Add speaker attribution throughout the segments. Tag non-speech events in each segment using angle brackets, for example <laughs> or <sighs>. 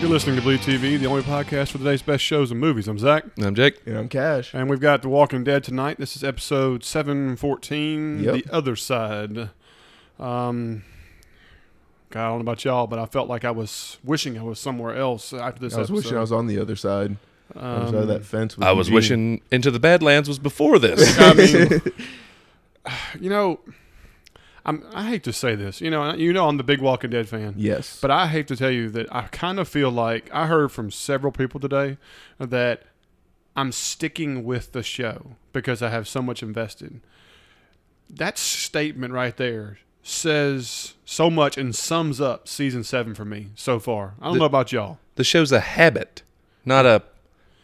Speaker 1: You're listening to Bleed TV, the only podcast for today's best shows and movies. I'm Zach,
Speaker 2: I'm Jake.
Speaker 3: And I'm Cash.
Speaker 1: and we've got The Walking Dead tonight. This is episode 714,
Speaker 3: Yep.
Speaker 1: The Other Side. Um, God, I don't know about y'all, but I felt like I was wishing I was somewhere else after this
Speaker 3: I was
Speaker 1: episode.
Speaker 3: wishing I was on the other side, other side
Speaker 1: Um,
Speaker 3: of that fence. With
Speaker 2: I was
Speaker 3: Eugene.
Speaker 2: wishing Into the Badlands was
Speaker 1: <laughs>
Speaker 2: before this.
Speaker 1: I mean,
Speaker 3: <laughs>
Speaker 1: you know, I'm, I hate to say this. You know, you know, I'm the big Walking Dead fan.
Speaker 3: Yes,
Speaker 1: But I hate to tell you that I kind of feel like I heard from several people today that I'm sticking with the show because I have so much invested. That statement right there says so much and sums up season seven for me so far. I don't
Speaker 2: The-
Speaker 1: know about y'all.
Speaker 2: the show's a habit, not a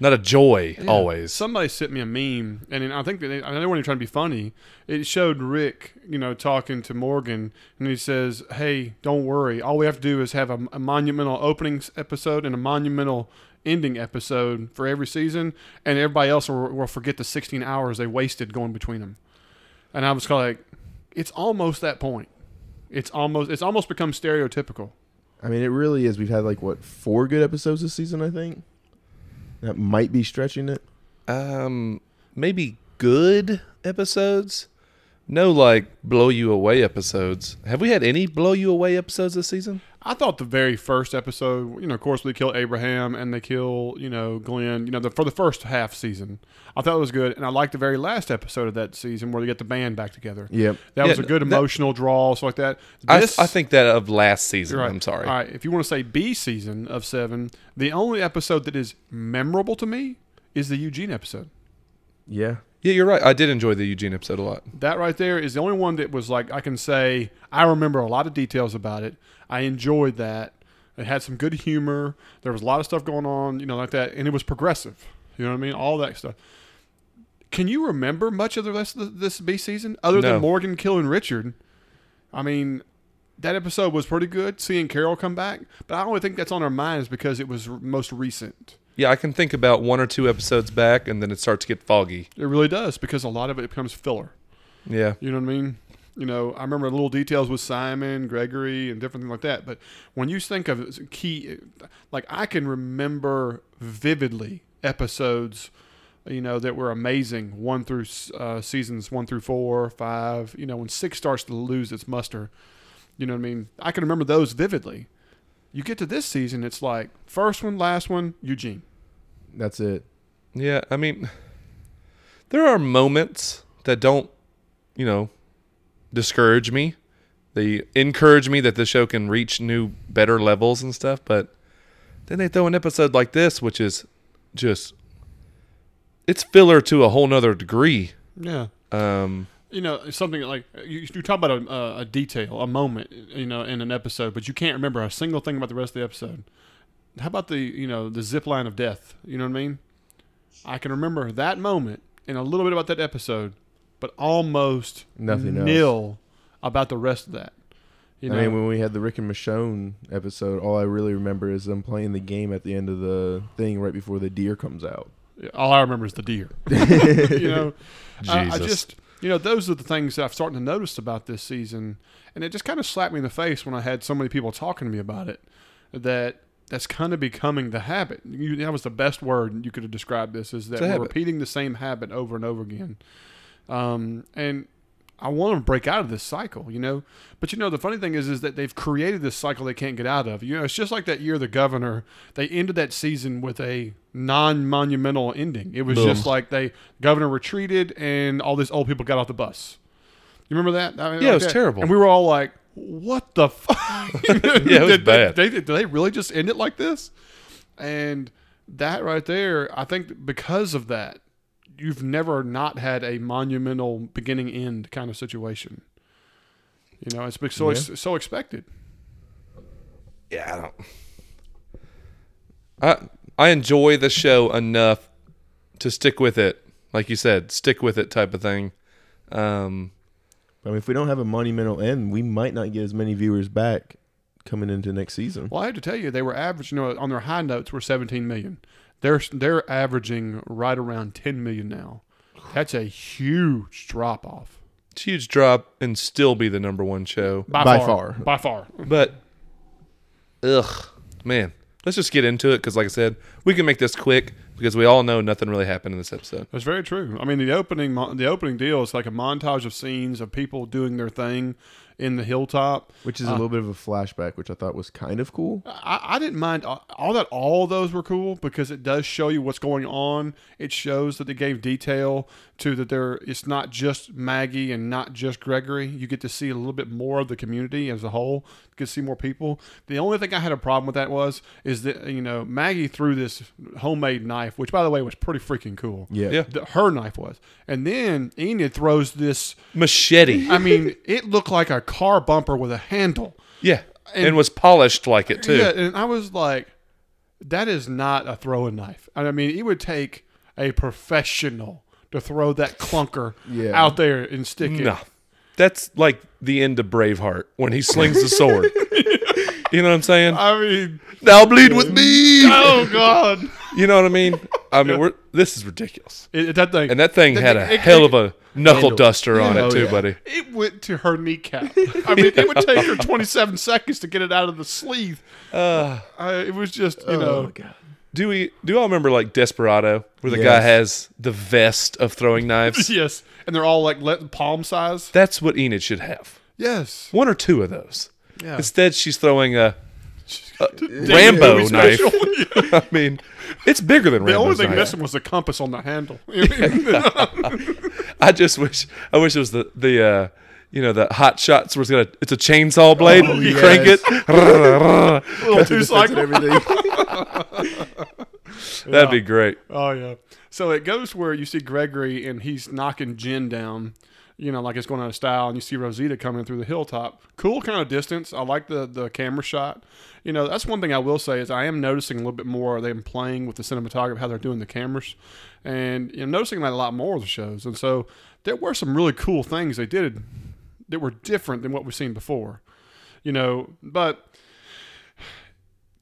Speaker 2: not a joy
Speaker 1: Yeah.
Speaker 2: always.
Speaker 1: Somebody sent me a meme, and then I think that they, I know they weren't even trying to be funny. It showed Rick, you know, talking to Morgan, and he says, "Hey, don't worry. All we have to do is have a, a monumental opening s- episode and a monumental ending episode for every season, and everybody else will, will forget the 16 hours they wasted going between them." And I was kinda like, "It's almost that point. It's almost it's almost become stereotypical."
Speaker 3: I mean it really is. We've had like what four good episodes this season, I think. That might be stretching it.
Speaker 2: Um, maybe good episodes. No, like blow you away episodes. Have we had any blow you away episodes this season?
Speaker 1: I thought the very first episode, you know, of course they kill Abraham and they kill, you know, Glenn, you know, the, for the first half season. I thought it was good, and I liked the very last episode of that season where they get the band back together.
Speaker 3: Yep.
Speaker 1: That was a
Speaker 2: Yeah,
Speaker 1: good
Speaker 2: that-
Speaker 1: emotional draw, so like that. This-
Speaker 2: I, I think that of last season.
Speaker 1: you're right.
Speaker 2: I'm sorry.
Speaker 1: All right, if you want to say B season of seven, the only episode that is memorable to me is the Eugene episode.
Speaker 3: Yeah.
Speaker 2: Yeah, you're right. I did enjoy the Eugene episode a lot.
Speaker 1: That right there is the only one that was like I can say I remember a lot of details about it. I enjoyed that. It had some good humor. There was a lot of stuff going on, you know, like that, and it was progressive. You know what I mean? All that stuff. Can you remember much of the rest of the, this B season other
Speaker 2: No.
Speaker 1: than Morgan killing Richard? I mean, that episode was pretty good. Seeing Carol come back, but I only think that's on our minds because it was r- most recent.
Speaker 2: Yeah, I can think about one or two episodes back, and then it starts to get foggy.
Speaker 1: It really does because a lot of it becomes filler.
Speaker 2: Yeah,
Speaker 1: You know what I mean? You know, I remember little details with Simon, Gregory, and different things like that. But when you think of key, like I can remember vividly episodes, you know, that were amazing. One through uh, seasons one through four, five. You know, when six starts to lose its muster, you know what I mean? I can remember those vividly. You get to this season, it's like first one, last one, Eugene.
Speaker 3: That's it.
Speaker 2: yeah. I mean, there are moments that don't, you know, discourage me. They encourage me that the show can reach new, better levels and stuff. But then they throw an episode like this, which is just it's filler to a whole nother degree.
Speaker 1: Yeah.
Speaker 2: Um,
Speaker 1: you know something like you, you talk about a, a, a detail a moment you know in an episode but you can't remember a single thing about the rest of the episode how about the you know the zip line of death you know what i mean i can remember that moment and a little bit about that episode but almost
Speaker 3: Nothing else.
Speaker 1: nil about the rest of that you know
Speaker 3: I mean, when we had the Rick and Michonne episode, all I really remember is them playing the game at the end of the thing right before the deer comes out.
Speaker 1: all i remember is the
Speaker 3: <laughs>
Speaker 1: deer <laughs> you know Uh, I- I
Speaker 2: Jesus.
Speaker 1: just, you know, those are the things that I've started to notice about this season, and it just kind of slapped me in the face when I had so many people talking to me about it. That that's kind of becoming the habit. You, that was the best word you could have described this is that
Speaker 2: It's a
Speaker 1: we're
Speaker 2: habit.
Speaker 1: repeating the same habit over and over again. Um, and I want to break out of this cycle, you know. But you know, the funny thing is, is that they've created this cycle they can't get out of. You know, it's just like that year the governor. They ended that season with a non-monumental ending. It was
Speaker 2: Boom.
Speaker 1: just like they governor retreated and all these old people got off the bus. You remember that? I mean,
Speaker 2: Yeah, it
Speaker 1: like
Speaker 2: was
Speaker 1: that.
Speaker 2: terrible.
Speaker 1: And we were all like, "What the <laughs> fuck?"
Speaker 2: <laughs> Yeah, it was
Speaker 1: did,
Speaker 2: bad.
Speaker 1: They, did they really just end it like this? And that right there, I think because of that, you've never not had a monumental beginning end kind of situation. You know, it's been so
Speaker 3: Yeah.
Speaker 1: so expected.
Speaker 2: yeah, I don't. I I enjoy the show enough to stick with it, like you said, stick with it type of thing. Um,
Speaker 3: I mean, if we don't have a monumental end, we might not get as many viewers back coming into next season.
Speaker 1: Well, I had to tell you, they were average. You know, on their high notes were 17 million. They're they're averaging right around 10 million now. That's a huge drop off
Speaker 2: it's a huge drop and still be the number one show,
Speaker 1: by,
Speaker 3: By
Speaker 1: far,
Speaker 3: far.
Speaker 1: By far.
Speaker 2: but ugh, man, let's just get into it because, like I said, we can make this quick because we all know nothing really happened in this episode.
Speaker 1: That's very true. I mean, the opening mo- the opening deal is like a montage of scenes of people doing their thing in the hilltop.
Speaker 3: which is a little bit of a flashback, which I thought was kind of cool.
Speaker 1: I, I didn't mind all, all that. All those were cool because it does show you what's going on. It shows that they gave detail to that. There, it's not just Maggie and not just Gregory. You get to see a little bit more of the community as a whole. You get to see more people. The only thing I had a problem with that was is that you know Maggie threw this homemade knife, which by the way was pretty freaking cool.
Speaker 3: Yeah.
Speaker 2: Yeah.
Speaker 1: The- her knife was, and then Enid throws this.
Speaker 2: Machete.
Speaker 1: I mean, it looked like a car bumper with a handle.
Speaker 2: Yeah.
Speaker 1: And-
Speaker 2: And, was polished like it too.
Speaker 1: Yeah, and I was like, that is not a throwing knife. And I mean, it would take a professional to throw that clunker
Speaker 3: Yeah.
Speaker 1: out there and stick it.
Speaker 2: No. That's like the end of Braveheart when he slings
Speaker 1: <laughs>
Speaker 2: the sword. you know what I'm saying?
Speaker 1: I mean,
Speaker 2: Now bleed with me.
Speaker 1: oh god,
Speaker 2: You know what I mean? I mean, we're this is ridiculous.
Speaker 1: it, it- that thing.
Speaker 2: And that thing
Speaker 1: That
Speaker 2: had a
Speaker 1: thing- it-
Speaker 2: hell
Speaker 1: it-
Speaker 2: of a knuckle
Speaker 3: Handle.
Speaker 2: duster on
Speaker 3: Oh,
Speaker 2: it too,
Speaker 3: yeah.
Speaker 2: buddy.
Speaker 1: it went to her kneecap. I mean, it would take her 27 seconds to get it out of the sleeve.
Speaker 2: Uh,
Speaker 1: I, it was just, you
Speaker 3: Oh,
Speaker 1: know,
Speaker 3: God.
Speaker 2: do we do y'all remember like Desperado where the
Speaker 3: Yes.
Speaker 2: guy has the vest of
Speaker 1: <laughs>
Speaker 2: throwing knives?
Speaker 1: yes. And they're all like let, palm size.
Speaker 2: That's what Enid should have.
Speaker 1: Yes.
Speaker 2: One or two of those.
Speaker 1: Yeah.
Speaker 2: Instead, she's throwing a, <laughs> a Rambo
Speaker 1: Movie
Speaker 2: knife.
Speaker 1: special. <laughs>
Speaker 2: I mean, it's bigger than
Speaker 1: the only
Speaker 2: Rambo's
Speaker 1: thing
Speaker 2: knife.
Speaker 1: missing was the compass on the handle. <laughs>
Speaker 2: I just wish I wish it was the the uh, you know the hot shots where it's gonna it's a chainsaw blade.
Speaker 1: Oh,
Speaker 2: <laughs> you
Speaker 3: yes.
Speaker 1: <laughs>
Speaker 2: crank it. <laughs>
Speaker 1: little two cycle.
Speaker 3: Everything.
Speaker 2: That'd be great.
Speaker 1: Oh yeah. So it goes where you see Gregory and he's knocking Jen down, you know, like it's going out of style, and you see Rosita coming through the hilltop. Cool kind of distance. I like the the camera shot. You know, that's one thing I will say is I am noticing a little bit more them playing with the cinematography, how they're doing the cameras, and you know, noticing that a lot more of the shows. And so there were some really cool things they did that were different than what we've seen before. You know, but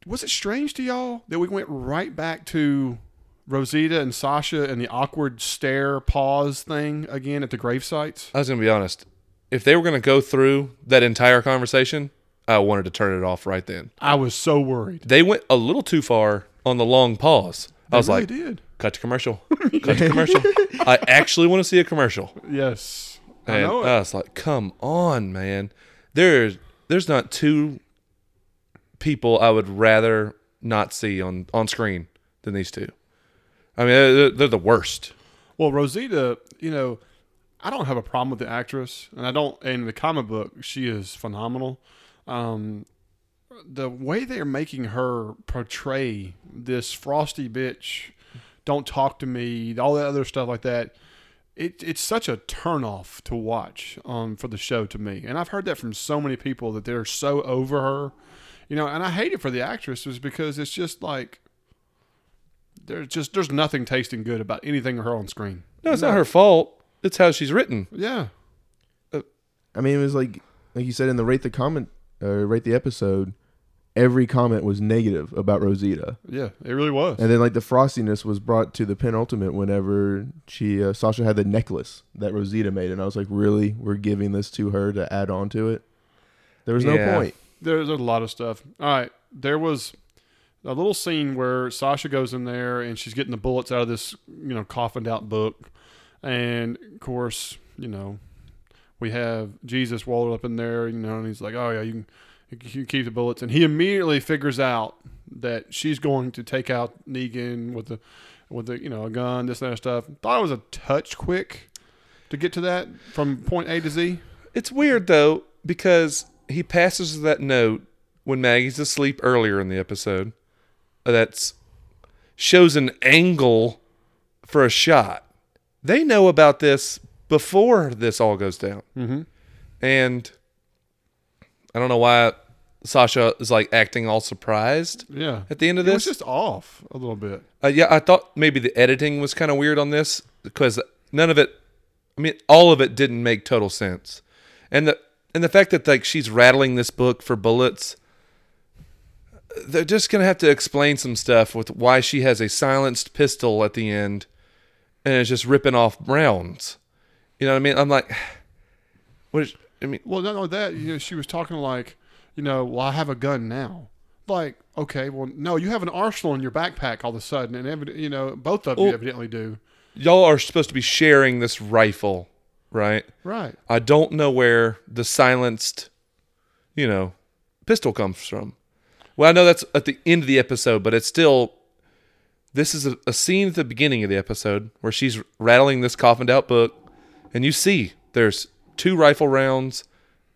Speaker 1: was it strange to y'all that we went right back to Rosita and Sasha and the awkward stare pause thing again at the grave sites?
Speaker 2: I was gonna be honest. If they were gonna go through that entire conversation, I wanted to turn it off right then.
Speaker 1: I was so worried.
Speaker 2: They went a little too far on the long pause. I was
Speaker 1: really
Speaker 2: like,
Speaker 1: did.
Speaker 2: cut to commercial, cut to commercial. I actually want to see a commercial.
Speaker 1: Yes. I
Speaker 2: And I,
Speaker 1: know it.
Speaker 2: was like, come on, man. There's there's not two people I would rather not see on, on screen than these two. I mean, they're, they're the worst.
Speaker 1: Well, Rosita, you know, I don't have a problem with the actress, and I don't. In the comic book, she is phenomenal. Um, the way they're making her portray this frosty bitch, don't talk to me, all that other stuff like that. It, it's such a turnoff to watch um, for the show to me, and I've heard that from so many people that they're so over her, you know. And I hate it for the actress, is because it's just like there's just there's nothing tasting good about anything of her on screen.
Speaker 2: No, it's not her fault. It's how she's written.
Speaker 1: Yeah.
Speaker 3: I mean, it was like like you said in the rate the comment or rate the episode. Every comment was negative about Rosita,
Speaker 1: Yeah, it really was.
Speaker 3: and then like the frostiness was brought to the penultimate whenever she uh, Sasha had the necklace that Rosita made, and I was like, really, we're giving this to her to add on to it. There was
Speaker 2: Yeah.
Speaker 3: no point.
Speaker 1: There, there's a lot of stuff. All right, there was a little scene where Sasha goes in there and she's getting the bullets out of this, you know, coffined out book, and of course, you know, we have Jesus rolled up in there, you know, and he's like, "Oh yeah, you can, you can keep the bullets," and he immediately figures out that she's going to take out Negan with the with the you know a gun, this and that stuff. Thought it was a touch quick to get to that from point A to Z.
Speaker 2: It's weird though because he passes that note when Maggie's asleep earlier in the episode. That's shows an angle for a shot. They know about this before this all goes down, mm-hmm. and I don't know why Sasha is like acting all surprised
Speaker 1: Yeah,
Speaker 2: at the end of
Speaker 1: it was
Speaker 2: this.
Speaker 1: just off a little bit.
Speaker 2: Uh, yeah, I thought maybe the editing was kind of weird on this because none of it. I mean, all of it didn't make total sense, and the and the fact that like she's rattling this book for bullets. They're just gonna have to explain some stuff with why she has a silenced pistol at the end, and it's just ripping off rounds. You know what I mean? I'm like, <sighs> what? Is, I mean,
Speaker 1: Well, not only that, you know, she was talking like, you know, well, I have a gun now. Like, okay, well, no, you have an arsenal in your backpack all of a sudden, and evid- you know both of you
Speaker 2: Well-
Speaker 1: evidently do.
Speaker 2: Y'all are supposed to be sharing this rifle, right?
Speaker 1: Right.
Speaker 2: I don't know where the silenced, you know, pistol comes from. Well, I know that's at the end of the episode, but it's still. This is a, a scene at the beginning of the episode where she's rattling this coffined out book, and you see there's two rifle rounds,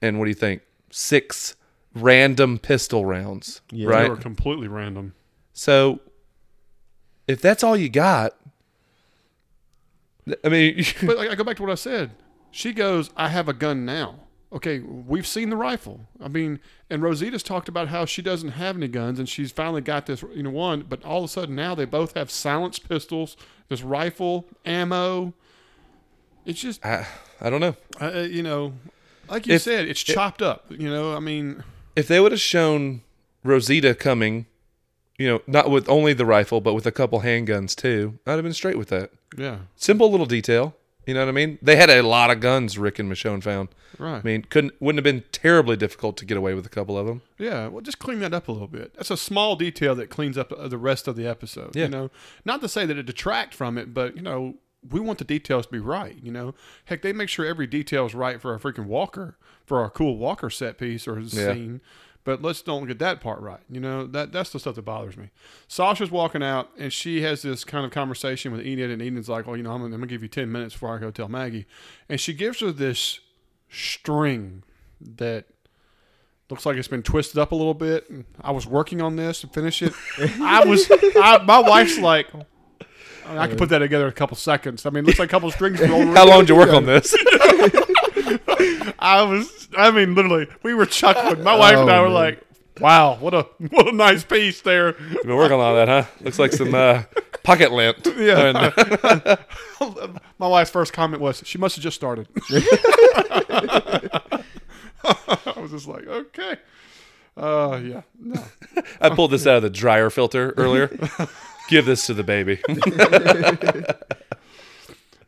Speaker 2: and what do you think? Six random pistol rounds,
Speaker 3: Yeah.
Speaker 1: They
Speaker 2: right?
Speaker 1: were completely random.
Speaker 2: So, if that's all you got, th- I mean, <laughs>
Speaker 1: But I, I go back to what I said. She goes, I have a gun now. Okay, we've seen the rifle. I mean, and Rosita's talked about how she doesn't have any guns and she's finally got this, you know, one, but all of a sudden now they both have silenced pistols, this rifle, ammo. It's just,
Speaker 2: I, I don't know.
Speaker 1: uh, uh, you know, like you
Speaker 2: If-
Speaker 1: said, it's chopped up. You know, I mean,
Speaker 2: if they would have shown Rosita coming, you know, not with only the rifle, but with a couple handguns too, I'd have been straight with that.
Speaker 1: yeah,
Speaker 2: Simple little detail. You know what I mean? They had a lot of guns. Rick and Michonne found.
Speaker 1: right.
Speaker 2: I mean, couldn't wouldn't have been terribly difficult to get away with a couple of them.
Speaker 1: Yeah, well, just clean that up a little bit. That's a small detail that cleans up the rest of the episode.
Speaker 2: Yeah.
Speaker 1: You know, not to say that it detract from it, but you know, we want the details to be right. You know, heck, they make sure every detail is right for a freaking Walker for our cool Walker set piece or
Speaker 2: Yeah.
Speaker 1: scene. But let's don't get that part right. You know, that that's the stuff that bothers me. Sasha's walking out and she has this kind of conversation with Enid, and Enid's like, "Well, you know, I'm, gonna- I'm gonna give you ten minutes before I go tell Maggie," and she gives her this string that looks like it's been twisted up a little bit. And I was working on this to finish
Speaker 3: <laughs>
Speaker 1: it. I was, I, my wife's like, I, mean, I
Speaker 3: Uh.
Speaker 1: can put that together in a couple seconds. I mean, it looks like a couple strings.
Speaker 2: <laughs>
Speaker 1: rolled
Speaker 2: How
Speaker 1: around.
Speaker 2: long did you work on this?
Speaker 1: I was, I mean, literally, we were chuckling. My wife and
Speaker 3: Oh,
Speaker 1: I were
Speaker 3: man.
Speaker 1: like, wow, what a, <laughs> what a nice piece there. <laughs>
Speaker 2: You've been working on that, huh? Looks like some uh, pocket lint. uh,
Speaker 1: Yeah. my wife's first comment was, she must have just
Speaker 3: <laughs>
Speaker 1: started. <laughs> I was just like, okay. Uh, yeah. No.
Speaker 2: I pulled this out of the dryer filter earlier. Give this to the baby.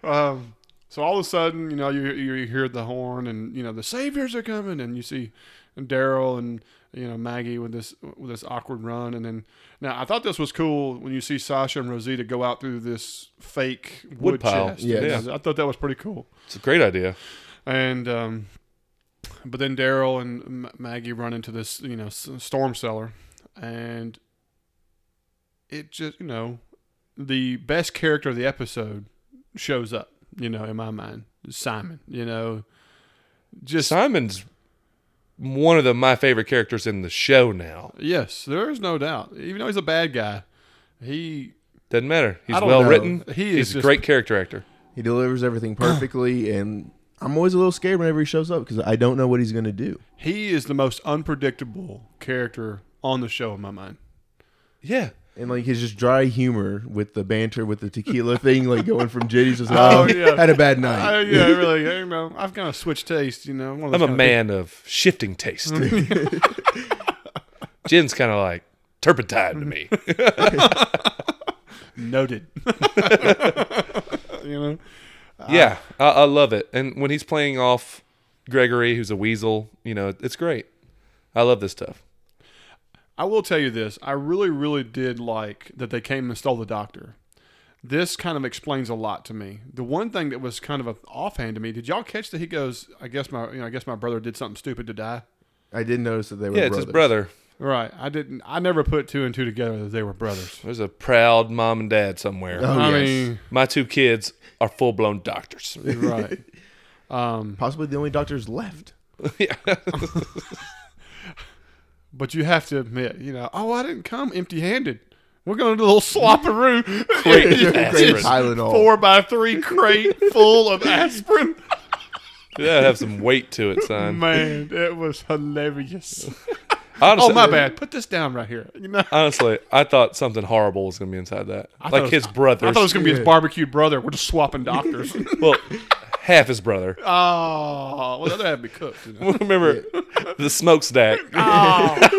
Speaker 1: Um, so all of a sudden, you know, you you hear the horn, and you know the saviors are coming, and you see Daryl and you know Maggie with this with this awkward run, and then now I thought this was cool when you see Sasha and Rosita go out through this fake wood,
Speaker 2: Wood pile.
Speaker 1: chest.
Speaker 3: Yes.
Speaker 1: I thought that was pretty cool,
Speaker 2: It's a great idea.
Speaker 1: and um, but then Daryl and M- Maggie run into this you know s- storm cellar, and it just you know the best character of the episode shows up, you know, in my mind, Simon. You know, just
Speaker 2: Simon's one of the my favorite characters in the show now.
Speaker 1: yes, there is no doubt. Even though he's a bad guy, he
Speaker 2: Doesn't matter. He's
Speaker 1: I don't
Speaker 2: well
Speaker 1: know.
Speaker 2: written.
Speaker 1: He is
Speaker 2: He's a
Speaker 1: just-
Speaker 2: great character actor.
Speaker 3: He delivers everything perfectly, and I'm always a little scared whenever he shows up because I don't know what he's going to do.
Speaker 1: he is the most unpredictable character on the show in my mind.
Speaker 2: Yeah.
Speaker 3: And like his just dry humor with the banter with the tequila <laughs> thing, like going from Jitty's just
Speaker 1: Oh,
Speaker 3: oh,
Speaker 1: yeah.
Speaker 3: had a bad night.
Speaker 1: I,
Speaker 2: <laughs>
Speaker 1: yeah, really. You know, I've kind of switched taste. You know, one of those
Speaker 2: I'm a
Speaker 1: kinda
Speaker 2: man of
Speaker 1: <laughs>
Speaker 2: shifting taste. Jen's kind of like turpentine
Speaker 1: <laughs>
Speaker 2: to me.
Speaker 1: noted. you know,
Speaker 2: yeah. I, I love it. And when he's playing off Gregory, who's a weasel, you know, it's great. I love this stuff.
Speaker 1: I will tell you this: I really, really did like that they came and stole the doctor. This kind of explains a lot to me. The one thing that was kind of a offhand to me: Did y'all catch that he goes? I guess my, you know, I guess my brother did something stupid to die.
Speaker 3: I did notice that they were
Speaker 2: yeah, it's
Speaker 3: brothers.
Speaker 2: his brother.
Speaker 1: Right. I didn't. I never put two and two together that they were brothers.
Speaker 2: There's a proud mom and dad somewhere.
Speaker 3: Oh,
Speaker 1: I
Speaker 3: yes.
Speaker 2: My two kids are full blown doctors.
Speaker 1: <laughs>
Speaker 2: <laughs>
Speaker 1: mean,
Speaker 3: <laughs>
Speaker 1: right. Um,
Speaker 3: Possibly the only doctors left.
Speaker 2: yeah.
Speaker 1: but you have to admit, you know, oh, I didn't come empty-handed. We're going to do a little swapperoo. <laughs>
Speaker 2: Great
Speaker 1: Just
Speaker 2: aspirin.
Speaker 3: Tylenol.
Speaker 1: Four by three crate full of aspirin.
Speaker 2: That'd have some weight to it,
Speaker 1: <laughs>
Speaker 2: son.
Speaker 1: Man, it was hilarious.
Speaker 2: Honestly,
Speaker 1: <laughs> Oh, my bad. Put this down right here. You know,
Speaker 2: Honestly, I thought something horrible was going to be inside that.
Speaker 1: I thought
Speaker 2: like
Speaker 1: it was-
Speaker 2: his brother.
Speaker 1: I thought it was going to be his barbecue brother. We're just <laughs> swapping doctors. oh,
Speaker 2: well, half his brother.
Speaker 1: <laughs> well, the other had to be cooked. You know?
Speaker 2: Remember
Speaker 1: <laughs>
Speaker 2: the
Speaker 1: oh,
Speaker 2: smokestack?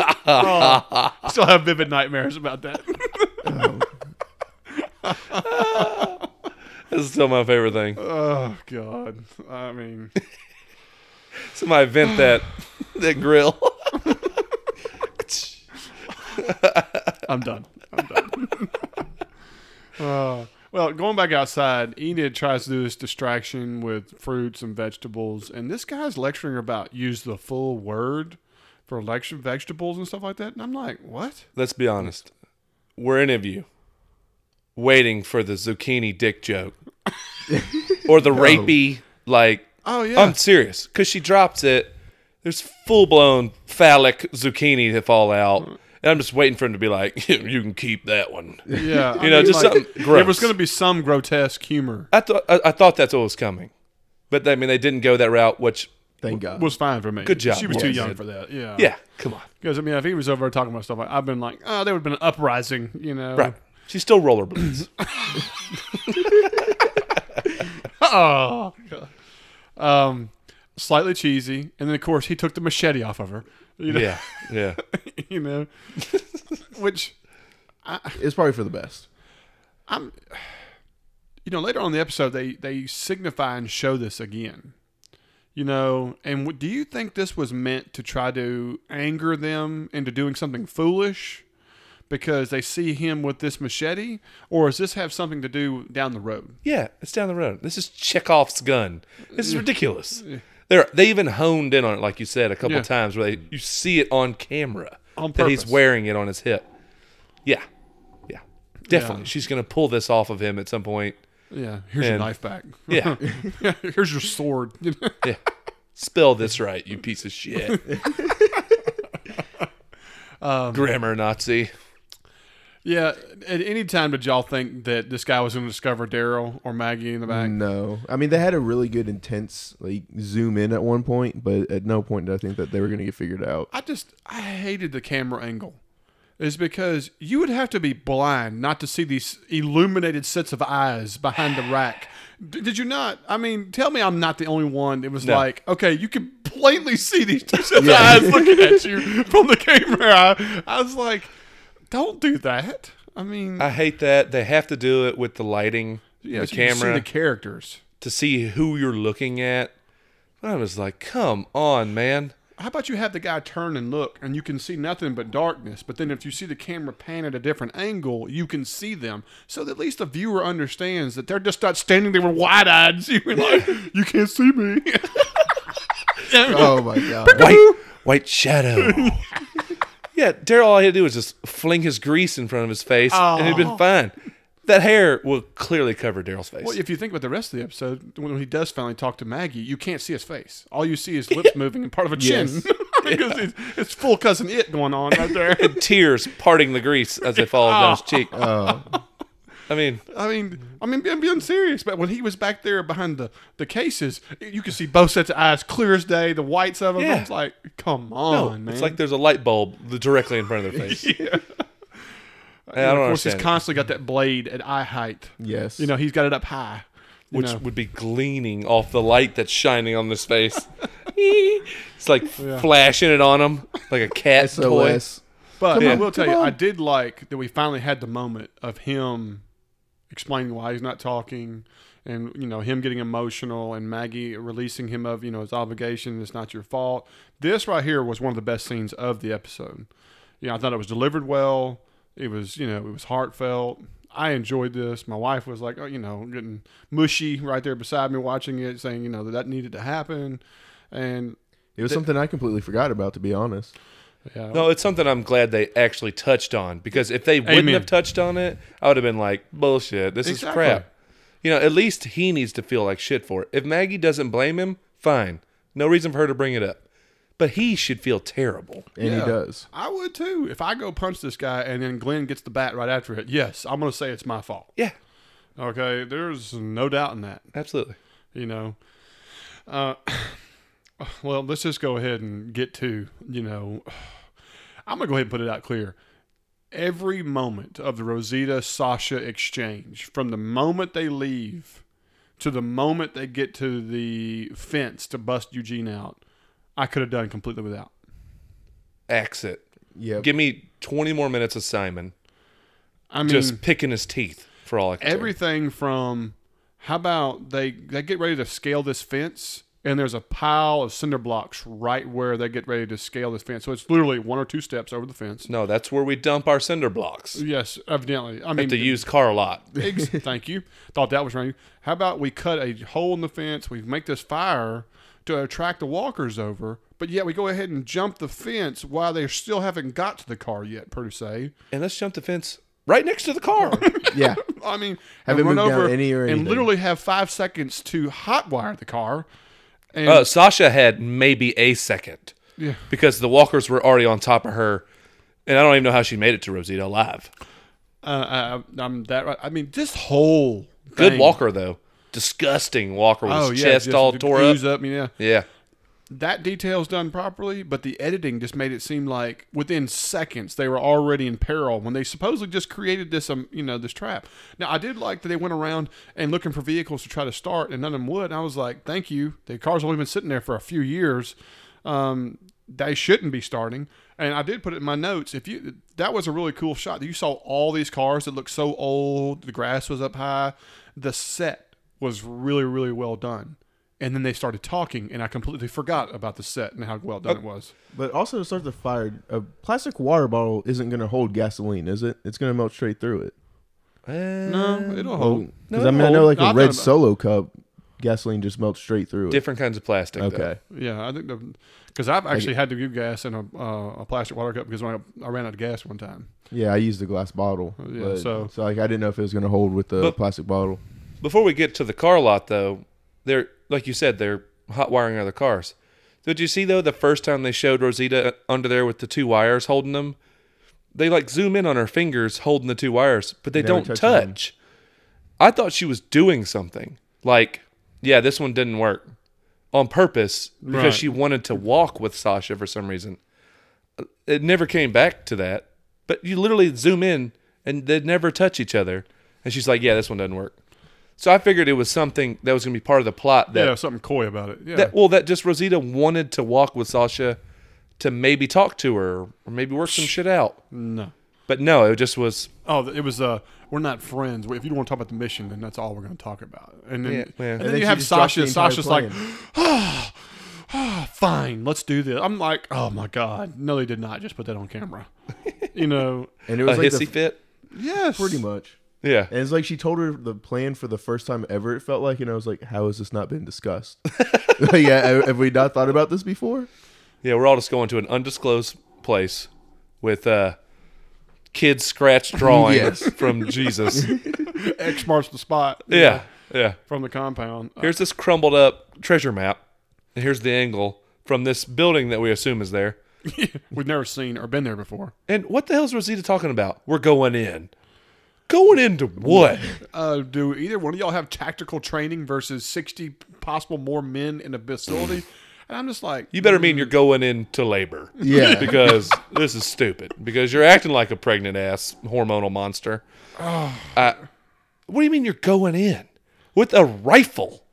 Speaker 1: <laughs> oh. I <laughs> still have vivid nightmares about that.
Speaker 2: That's still my favorite thing.
Speaker 1: <laughs> Oh, God. I mean, <laughs>
Speaker 2: Somebody vent that that grill.
Speaker 1: I'm done. I'm done. <laughs> uh, well, going back outside, Enid tries to do this distraction with fruits and vegetables, and this guy's lecturing her about use the full word for lecture vegetables and stuff like that. And I'm like, what?
Speaker 2: <laughs> Let's be honest. Were any of you waiting for the zucchini
Speaker 1: <laughs>
Speaker 2: dick joke or the rapey like?
Speaker 1: Oh yeah,
Speaker 2: I'm serious because she drops it. There's full blown phallic zucchini to fall out, and I'm just waiting for him to be like, <laughs> "You can keep that one."
Speaker 1: yeah.
Speaker 2: You know, just something
Speaker 1: There was
Speaker 2: gross.
Speaker 1: going to be some grotesque humor.
Speaker 2: I thought I, I thought that's what was coming, but I mean they didn't go that route. Which
Speaker 3: Thank God.
Speaker 1: Was fine for me.
Speaker 2: Uh, Good job,
Speaker 1: She was
Speaker 2: Yes.
Speaker 1: too young for that. Yeah.
Speaker 2: yeah, come on,
Speaker 1: Because I mean, if he was over there talking about stuff, like, I've been like, oh, there would have been an uprising. You know.
Speaker 2: right? She's still rollerblades.
Speaker 1: Oh. Um, slightly cheesy, and then of course he took the machete off of her. <clears throat> <laughs> You know,
Speaker 2: yeah, yeah.
Speaker 1: you know, which
Speaker 3: It's probably for the best.
Speaker 1: I'm. You know, later on in the episode, they they signify and show this again. You know, and what, do you think this was meant to try to anger them into doing something foolish? Because they see him with this machete, or does this have something to do down the road?
Speaker 2: Yeah, it's down the road. This is Chekhov's gun. This is ridiculous. They they even honed in on it, like you said, a couple
Speaker 1: Yeah.
Speaker 2: times where they you see it on camera
Speaker 1: On
Speaker 2: that he's
Speaker 1: purpose.
Speaker 2: wearing it on his hip. Yeah, yeah, definitely.
Speaker 1: Yeah.
Speaker 2: She's gonna pull this off of him at some point.
Speaker 1: Yeah, here's your
Speaker 2: And-
Speaker 1: knife back.
Speaker 2: Yeah,
Speaker 1: <laughs> here's your sword. <laughs>
Speaker 2: yeah. Spell this right, you piece of shit.
Speaker 1: Um,
Speaker 2: Grammar Nazi.
Speaker 1: yeah, at any time did y'all think that this guy was going to discover Daryl or Maggie in the
Speaker 2: Mm.
Speaker 1: back?
Speaker 3: No, I mean they had a really good intense like zoom in at one point, but at no point did I think that they were going to get figured
Speaker 1: <laughs>
Speaker 3: out.
Speaker 1: I just I hated the camera angle. Is because you would have to be blind not to see these illuminated sets of eyes behind the rack. D- did you not? I mean, tell me I'm not the only one. It was
Speaker 2: No.
Speaker 1: like, okay, you can plainly see these two sets of
Speaker 2: <laughs>
Speaker 1: eyes looking at you from the camera. I, I was like, don't do that. I mean,
Speaker 2: I hate that they have to do it with the lighting,
Speaker 1: yeah,
Speaker 2: the
Speaker 1: so you can see
Speaker 2: camera.
Speaker 1: the characters.
Speaker 2: to see who you're looking at. I was like, come
Speaker 1: <laughs>
Speaker 2: on, man.
Speaker 1: How about you have the guy turn and look, and you can see nothing but darkness? But then if you see the camera pan at a different angle, you can see them, so that at least the viewer understands that they're just not standing there with wide eyed, <laughs> you like, you can't see me. <laughs>
Speaker 3: Oh my god!
Speaker 2: White white shadow. <laughs> yeah, Daryl all he had to do was just fling his grease in front of his face and it'd been fine. That hair will clearly cover Daryl's face.
Speaker 1: Oh. well, if you think about the rest of the episode, when he does finally talk to Maggie, you can't see his face. All you see is lips moving and part of a chin. <laughs>
Speaker 3: Yes.
Speaker 1: because it's, it's full cousin it going on right there.
Speaker 2: Tears parting the grease as they fall down
Speaker 1: <laughs> Oh.
Speaker 2: his cheek. I mean,
Speaker 1: I
Speaker 2: Mm-hmm.
Speaker 1: mean, I mean, I'm being serious. But when he was back there behind the, the cases, you could see both sets of eyes, clear as day. The whites of them.
Speaker 2: Yeah.
Speaker 1: I was like, come
Speaker 2: no,
Speaker 1: on, man.
Speaker 2: it's like there's a light bulb directly in front of
Speaker 1: <laughs>
Speaker 2: their face. I
Speaker 1: And of course,
Speaker 2: don't
Speaker 1: he's
Speaker 2: understand it.
Speaker 1: constantly got that blade at eye height.
Speaker 3: Yes,
Speaker 1: You know, he's got it up high. you
Speaker 2: which
Speaker 1: know.
Speaker 2: would be gleaning off the light that's shining on
Speaker 1: <laughs>
Speaker 2: this face. it's like flashing it on him like a cat toy.
Speaker 3: SOS.
Speaker 1: But
Speaker 2: Yeah.
Speaker 1: I will tell
Speaker 3: Come
Speaker 1: you,
Speaker 3: on.
Speaker 1: I did like that we finally had the moment of him explaining why he's not talking and, you know, him getting emotional and Maggie releasing him of, you know, his obligation. It's not your fault. This right here was one of the best scenes of the episode. You know, I thought it was delivered well. It was, you know, it was heartfelt. I enjoyed this. My wife was like, oh, you know, getting mushy right there beside me watching it, saying, you know, that that needed to happen. And,
Speaker 3: It was something I completely forgot about, to be honest.
Speaker 1: yeah.
Speaker 2: No, it's something I'm glad they actually touched on because if they wouldn't
Speaker 1: Amen.
Speaker 2: have touched on it, I would have been like, bullshit, this is
Speaker 1: Exactly.
Speaker 2: crap. You know, at least he needs to feel like shit for it. If Maggie doesn't blame him, fine. No reason for her to bring it up. But he should feel terrible.
Speaker 3: And
Speaker 1: Yeah.
Speaker 3: he does.
Speaker 1: I would too. If I go punch this guy and then Glenn gets the bat right after it, yes, I'm going to say it's my fault.
Speaker 2: Yeah,
Speaker 1: Okay, there's no doubt in that,
Speaker 2: absolutely.
Speaker 1: you know. Uh, <coughs> well, let's just go ahead and get to, you know, <sighs> I'm going to go ahead and put it out clear. Every moment of the Rosita Sasha exchange, from the moment they leave to the moment they get to the fence to bust Eugene out, I could have done completely without.
Speaker 2: Axe it.
Speaker 3: Yeah.
Speaker 2: Give me 20 more minutes of Simon
Speaker 1: I mean,
Speaker 2: just picking his teeth for all I can.
Speaker 1: everything from how about they they get ready to scale this fence and there's a pile of cinder blocks right where they get ready to scale this fence. So it's literally one or two steps over the fence.
Speaker 2: No, that's where we dump our cinder blocks
Speaker 1: Yes, evidently. I
Speaker 2: at
Speaker 1: mean,
Speaker 2: the used car lot.
Speaker 1: Ex-
Speaker 3: <laughs>
Speaker 1: thank you. Thought that was right. How about we cut a hole in the fence? We make this fire to attract the walkers over, but yet we go ahead and jump the fence while they still haven't got to the car yet, per se.
Speaker 2: And let's jump the fence right next to the car.
Speaker 1: <laughs>
Speaker 3: Yeah.
Speaker 1: I mean,
Speaker 3: Haven't
Speaker 1: and run
Speaker 3: moved down
Speaker 1: over
Speaker 3: any or
Speaker 1: and
Speaker 3: anything.
Speaker 1: literally have five seconds to hotwire the car. And
Speaker 2: uh, Sasha had maybe a second
Speaker 1: yeah,
Speaker 2: because the walkers were already on top of her. And I don't even know how she made it to Rosita alive.
Speaker 1: uh, I, I'm that. right. I mean, this whole
Speaker 2: Good
Speaker 1: thing-
Speaker 2: walker, though. Disgusting walker with
Speaker 1: Oh
Speaker 2: his
Speaker 1: yeah,
Speaker 2: chest
Speaker 1: just
Speaker 2: all tore up.
Speaker 1: ooze up. Yeah,
Speaker 2: Yeah.
Speaker 1: that detail's done properly, but the editing just made it seem like within seconds they were already in peril when they supposedly just created this, um, you know, this trap. Now I did like that they went around and looking for vehicles to try to start, and none of them would. And I was like, thank you. The car's only been sitting there for a few years. Um, they shouldn't be starting. And I did put it in my notes. If you that was a really cool shot. You saw all these cars that looked so old. The grass was up high. The set was really, really well done. And then they started talking, and I completely forgot about the set and how well done it was.
Speaker 3: But also to start the fire, a plastic water bottle isn't going to hold gasoline, is it? It's going to melt straight through it.
Speaker 2: Uh,
Speaker 1: No,
Speaker 3: Oh.
Speaker 1: it'll hold.
Speaker 3: Because
Speaker 2: No,
Speaker 3: I mean, I know
Speaker 2: hold.
Speaker 3: like a
Speaker 1: No, I thought
Speaker 3: red
Speaker 1: about-
Speaker 3: solo cup, gasoline just melts straight through it.
Speaker 2: Different kinds of plastic. though.
Speaker 3: Okay.
Speaker 1: Yeah, I think the because I've actually had to give gas in a, uh, a plastic water cup because when I, I ran out of gas one time.
Speaker 3: Yeah, I used a glass bottle.
Speaker 1: Yeah,
Speaker 3: but-
Speaker 1: so-
Speaker 3: so like I didn't know if it was going to hold with the
Speaker 2: But-
Speaker 3: plastic bottle.
Speaker 2: Before we get to the car lot, though, they're like you said, they're hot wiring other cars. Did you see though the first time they showed Rosita under there with the two wires holding them? They like zoom in on her fingers holding the two wires, but they
Speaker 3: Never
Speaker 2: don't
Speaker 3: touch them.
Speaker 2: touch. I thought she was doing something. Like, yeah, this one didn't work on purpose because
Speaker 1: Right.
Speaker 2: she wanted to walk with Sasha for some reason. It never came back to that. But you literally zoom in and they never touch each other. And she's like, "Yeah, this one doesn't work." So I figured it was something that was going to be part of the plot that
Speaker 1: yeah, something coy about it. Yeah,
Speaker 2: that well that just Rosita wanted to walk with Sasha to maybe talk to her or maybe work some shit out.
Speaker 1: no.
Speaker 2: But no, it just was
Speaker 1: Oh, it was. Uh, we're not friends. If you don't want to talk about the mission, then that's all we're going to talk about. And then,
Speaker 2: Yeah, yeah.
Speaker 1: And
Speaker 2: And
Speaker 1: then
Speaker 3: then
Speaker 1: you
Speaker 3: she
Speaker 1: have
Speaker 3: just dropped
Speaker 1: Sasha.
Speaker 3: the entire
Speaker 1: Sasha's like, Ah,
Speaker 3: plan.
Speaker 1: <sighs> fine, let's do this. I'm like, oh my god, no, they did not just put that on camera. you
Speaker 3: <laughs>
Speaker 1: know,
Speaker 3: And it
Speaker 2: a
Speaker 3: was like
Speaker 2: hissy
Speaker 3: the,
Speaker 2: fit.
Speaker 1: yes,
Speaker 3: pretty much.
Speaker 2: Yeah.
Speaker 3: And it's like she told her the plan for the first time ever. It felt like, and I was like, "How has this not been discussed?
Speaker 1: <laughs>
Speaker 3: <laughs> like, yeah, have we not thought about this before?"
Speaker 2: Yeah, we're all just going to an undisclosed place with uh kids scratch drawings
Speaker 3: <laughs> Yes.
Speaker 2: from
Speaker 3: <laughs>
Speaker 2: Jesus.
Speaker 1: X marks the spot. you know,
Speaker 2: yeah. Yeah.
Speaker 1: from the compound. Uh,
Speaker 2: Here's this crumbled up treasure map. And here's the angle from this building that we assume is there.
Speaker 1: We've never seen or been there before.
Speaker 2: And what the hell is Rosita talking about? We're going in. Going into what?
Speaker 1: Uh, do either one of y'all have tactical training versus sixty possible more men in a <clears throat> facility? and I'm just like,
Speaker 2: You better mean you're going into labor.
Speaker 3: Yeah.
Speaker 2: <laughs> Because this is stupid. Because you're acting like a pregnant ass hormonal monster.
Speaker 3: Ah.
Speaker 2: I- what do you mean you're going in? With a rifle?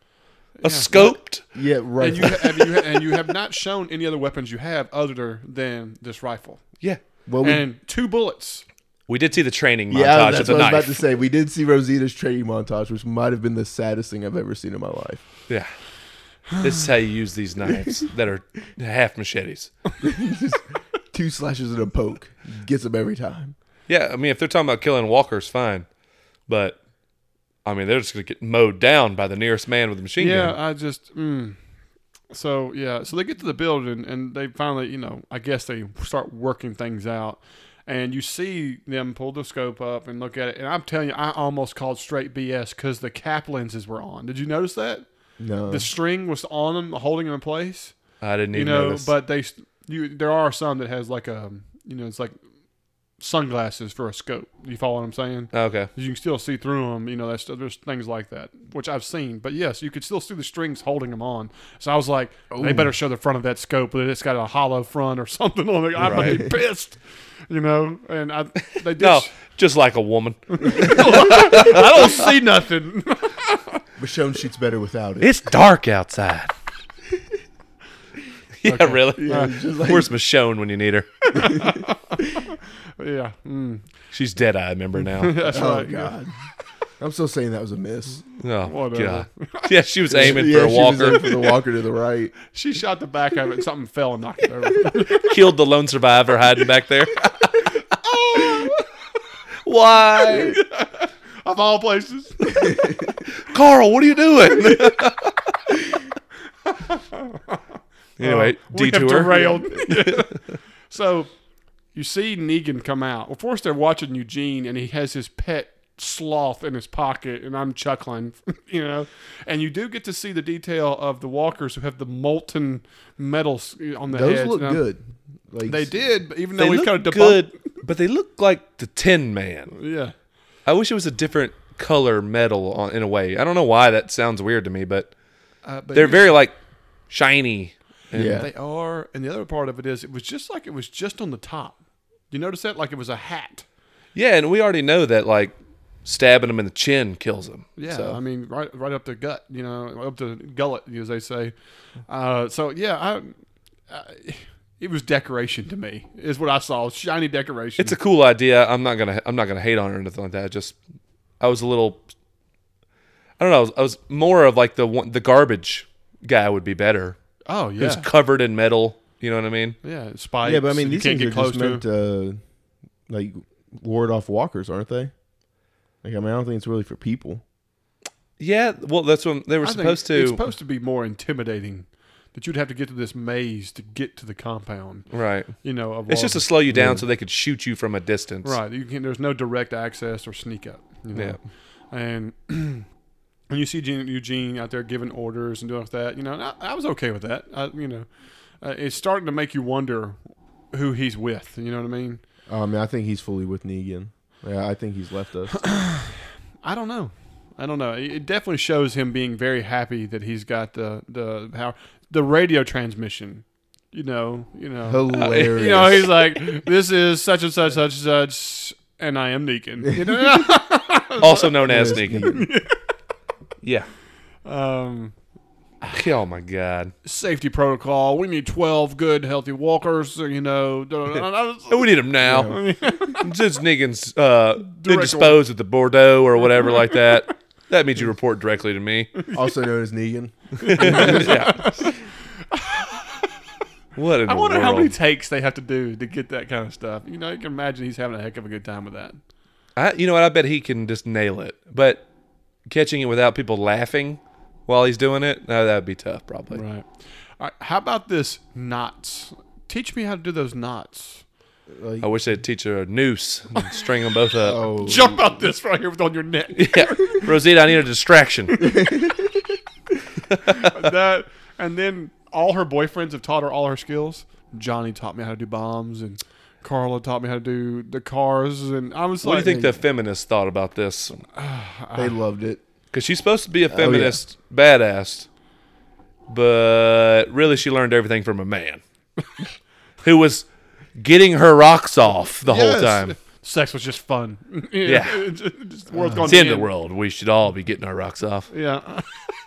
Speaker 2: A scoped?
Speaker 3: Yeah, right.
Speaker 1: and you, have you and you have not shown any other weapons you have other than this rifle
Speaker 2: Yeah.
Speaker 3: well, we,
Speaker 1: and two bullets.
Speaker 2: We did see the training
Speaker 3: yeah,
Speaker 2: montage of
Speaker 3: that's
Speaker 2: the
Speaker 3: what I was
Speaker 2: knife.
Speaker 3: about to say. We did see Rosita's training montage, which might have been the saddest thing I've ever seen in my life.
Speaker 2: Yeah. This is how you use these knives that are half machetes.
Speaker 3: Two slashes and a poke gets them every time.
Speaker 2: Yeah, I mean, if they're talking about killing walkers, fine. But, I mean, they're just going to get mowed down by the nearest man with a machine
Speaker 1: Yeah,
Speaker 2: gun.
Speaker 1: I just. Mm. So yeah, so they get to the building and they finally, you know, I guess they start working things out, and you see them pull the scope up and look at it. And I'm telling you, I almost called straight BS because the cap lenses were on. Did you notice that?
Speaker 3: No,
Speaker 1: The string was on them, holding them in place.
Speaker 2: I didn't
Speaker 1: You
Speaker 2: even
Speaker 1: know,
Speaker 2: notice.
Speaker 1: but they, you there are some that has like a, you know, it's like sunglasses for a scope. You follow what I'm saying?
Speaker 2: Oh, okay.
Speaker 1: You can still see through them, you know. That's there's things like that, which I've seen. But yes, you could still see the strings holding them on. So I was like, they better show the front of that scope that it's got a hollow front or <laughs> something on it. I'm gonna be pissed, you know. And I, they did.
Speaker 2: No, just like a woman.
Speaker 1: I don't see nothing. <laughs>
Speaker 3: Michonne shoots better without it.
Speaker 2: It's dark outside. <laughs> yeah, really.
Speaker 3: Yeah, it's just like- oh,
Speaker 2: Where's Michonne when you need her?
Speaker 1: yeah, mm,
Speaker 2: She's dead. I remember
Speaker 1: <laughs>
Speaker 2: now.
Speaker 1: that's
Speaker 3: oh
Speaker 1: right.
Speaker 3: god. I'm still saying that was a miss.
Speaker 2: Oh,
Speaker 1: Whatever.
Speaker 2: God. Yeah, she was aiming
Speaker 3: Yeah,
Speaker 2: for a
Speaker 3: she was
Speaker 2: walker.
Speaker 3: aiming for the walker to the right.
Speaker 1: She shot the back of it. Something fell and knocked it over. <laughs>
Speaker 2: Killed the lone survivor hiding back there. Why?
Speaker 1: of all places.
Speaker 2: Carl, what are you
Speaker 1: <laughs>
Speaker 2: doing? anyway,
Speaker 1: Uh, we have
Speaker 2: detour.
Speaker 1: derailed. <laughs> so you see Negan come out. Well, first they're watching Eugene, and he has his pet sloth in his pocket, and I'm chuckling, <laughs> you know. And you do get to see the detail of the walkers who have the molten metals on the
Speaker 3: Those
Speaker 1: heads.
Speaker 3: look
Speaker 1: And I'm-
Speaker 3: good. Like
Speaker 1: They did, but even
Speaker 2: They
Speaker 1: though we've
Speaker 2: look
Speaker 1: kind of debunked.
Speaker 2: good, but they look like the Tin Man.
Speaker 1: Yeah.
Speaker 2: I wish it was a different color metal on, in a way. I don't know why that sounds weird to me, but
Speaker 1: Uh, but
Speaker 2: they're very like shiny. And
Speaker 3: Yeah.
Speaker 1: They are, and the other part of it is, it was just like it was just on the top. You notice that, like it was a hat.
Speaker 2: Yeah, and we already know that like stabbing him in the chin kills him.
Speaker 1: Yeah,
Speaker 2: So,
Speaker 1: I mean, right, right up the gut, you know, up the gullet, as they say. Uh, so yeah, I, I, it was decoration to me, is what I saw. Shiny decoration.
Speaker 2: it's a cool idea. I'm not gonna I'm not gonna hate on it or anything like that. I just I was a little I don't know. I was, I was more of like the one, the garbage guy would be better.
Speaker 1: oh
Speaker 2: It
Speaker 1: yeah,
Speaker 2: was covered in metal. You know what I mean?
Speaker 1: yeah, spikes.
Speaker 3: yeah, but I mean,
Speaker 1: you
Speaker 3: these
Speaker 1: can't
Speaker 3: things
Speaker 1: get
Speaker 3: are
Speaker 1: close
Speaker 3: just
Speaker 1: to.
Speaker 3: meant to like ward off walkers, aren't they? Like, I mean, I don't think it's really for people.
Speaker 2: Yeah. Well, that's what they were
Speaker 1: I think
Speaker 2: supposed to.
Speaker 1: It's supposed to be more intimidating that you'd have to get to this maze to get to the compound.
Speaker 2: right.
Speaker 1: You know, of
Speaker 2: It's
Speaker 1: all
Speaker 2: just to
Speaker 1: the-
Speaker 2: slow you down so they could shoot you from a distance.
Speaker 1: right. You can. There's no direct access or sneak up. You know?
Speaker 2: Yeah.
Speaker 1: and <clears throat> and you see Eugene, Eugene out there giving orders and doing all that. You know, and I, I was okay with that. I, you know, uh, it's starting to make you wonder who he's with. You know what I mean?
Speaker 3: I mean, Oh, I think he's fully with Negan. Yeah, I think he's left us.
Speaker 1: I don't know. I don't know. It it definitely shows him being very happy that he's got the the how the radio transmission. You know, you
Speaker 3: <laughs>
Speaker 1: know,
Speaker 3: Hilarious.
Speaker 1: you know. He's like, this is such and such, such and such, and I am Negan. You know.
Speaker 2: Also known as
Speaker 3: Yes,
Speaker 2: Negan.
Speaker 3: Negan.
Speaker 2: Yeah.
Speaker 1: um,
Speaker 2: Oh my God.
Speaker 1: safety protocol. We need twelve good, healthy walkers. You know. da- da- da- da-
Speaker 2: Oh, we need him now. Since Negan's uh, been
Speaker 1: Direct
Speaker 2: disposed at the Bordeaux or whatever
Speaker 1: <laughs>
Speaker 2: like that, that means you report directly to me.
Speaker 3: also known as Negan.
Speaker 2: <laughs> yeah. What
Speaker 1: <laughs>
Speaker 2: in
Speaker 1: I
Speaker 2: the
Speaker 1: wonder
Speaker 2: world?
Speaker 1: how many takes they have to do to get that kind of stuff. You know, you can imagine he's having a heck of a good time with that.
Speaker 2: I, you know what? I bet he can just nail it. But catching it without people laughing while he's doing it, no, that'd be tough, probably.
Speaker 1: Right. All right. How about this knots? Teach me how to do those knots.
Speaker 3: Like,
Speaker 2: I wish they'd teach her a noose and string them
Speaker 1: <laughs>
Speaker 2: both up.
Speaker 3: oh,
Speaker 1: Jump out this right here with on your neck.
Speaker 2: <laughs> Yeah, Rosita, I need
Speaker 1: <laughs>
Speaker 2: a distraction.
Speaker 1: that and then all her boyfriends have taught her all her skills. Johnny taught me how to do bombs, and Carla taught me how to do the cars. And I was
Speaker 2: What do you
Speaker 1: like,
Speaker 2: think the feminists thought about this?
Speaker 3: they loved it.
Speaker 2: Because she's supposed to be
Speaker 1: Oh,
Speaker 2: a feminist badass, but really she learned everything from
Speaker 1: <laughs>
Speaker 2: a man who was getting her rocks off the whole
Speaker 1: Yes.
Speaker 2: time.
Speaker 1: Sex was just fun. <laughs>
Speaker 2: Yeah. Uh,
Speaker 1: just, just world's gone
Speaker 2: It's the end
Speaker 1: to
Speaker 2: of the world. We should all be getting our rocks off.
Speaker 1: Yeah.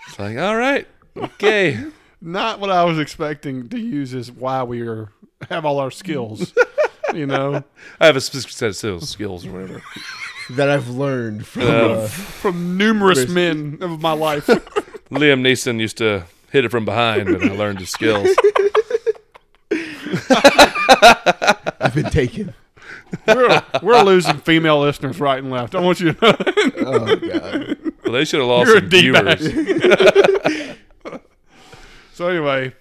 Speaker 2: It's like, all right, okay.
Speaker 1: not what I was expecting to use is why we are have all our
Speaker 2: <laughs>
Speaker 1: skills. you know,
Speaker 2: I have a specific set of skills or whatever.
Speaker 3: That I've learned from.
Speaker 2: Uh,
Speaker 3: Uh,
Speaker 1: from numerous men of my life.
Speaker 2: Liam Neeson used to hit it from behind, and I learned his skills.
Speaker 3: I've been taken.
Speaker 1: we're, we're losing female listeners right and left. I want you to know
Speaker 3: Oh god.
Speaker 2: Well, they should have lost
Speaker 1: You're a
Speaker 2: some
Speaker 1: D-bag.
Speaker 2: viewers.
Speaker 1: So anyway,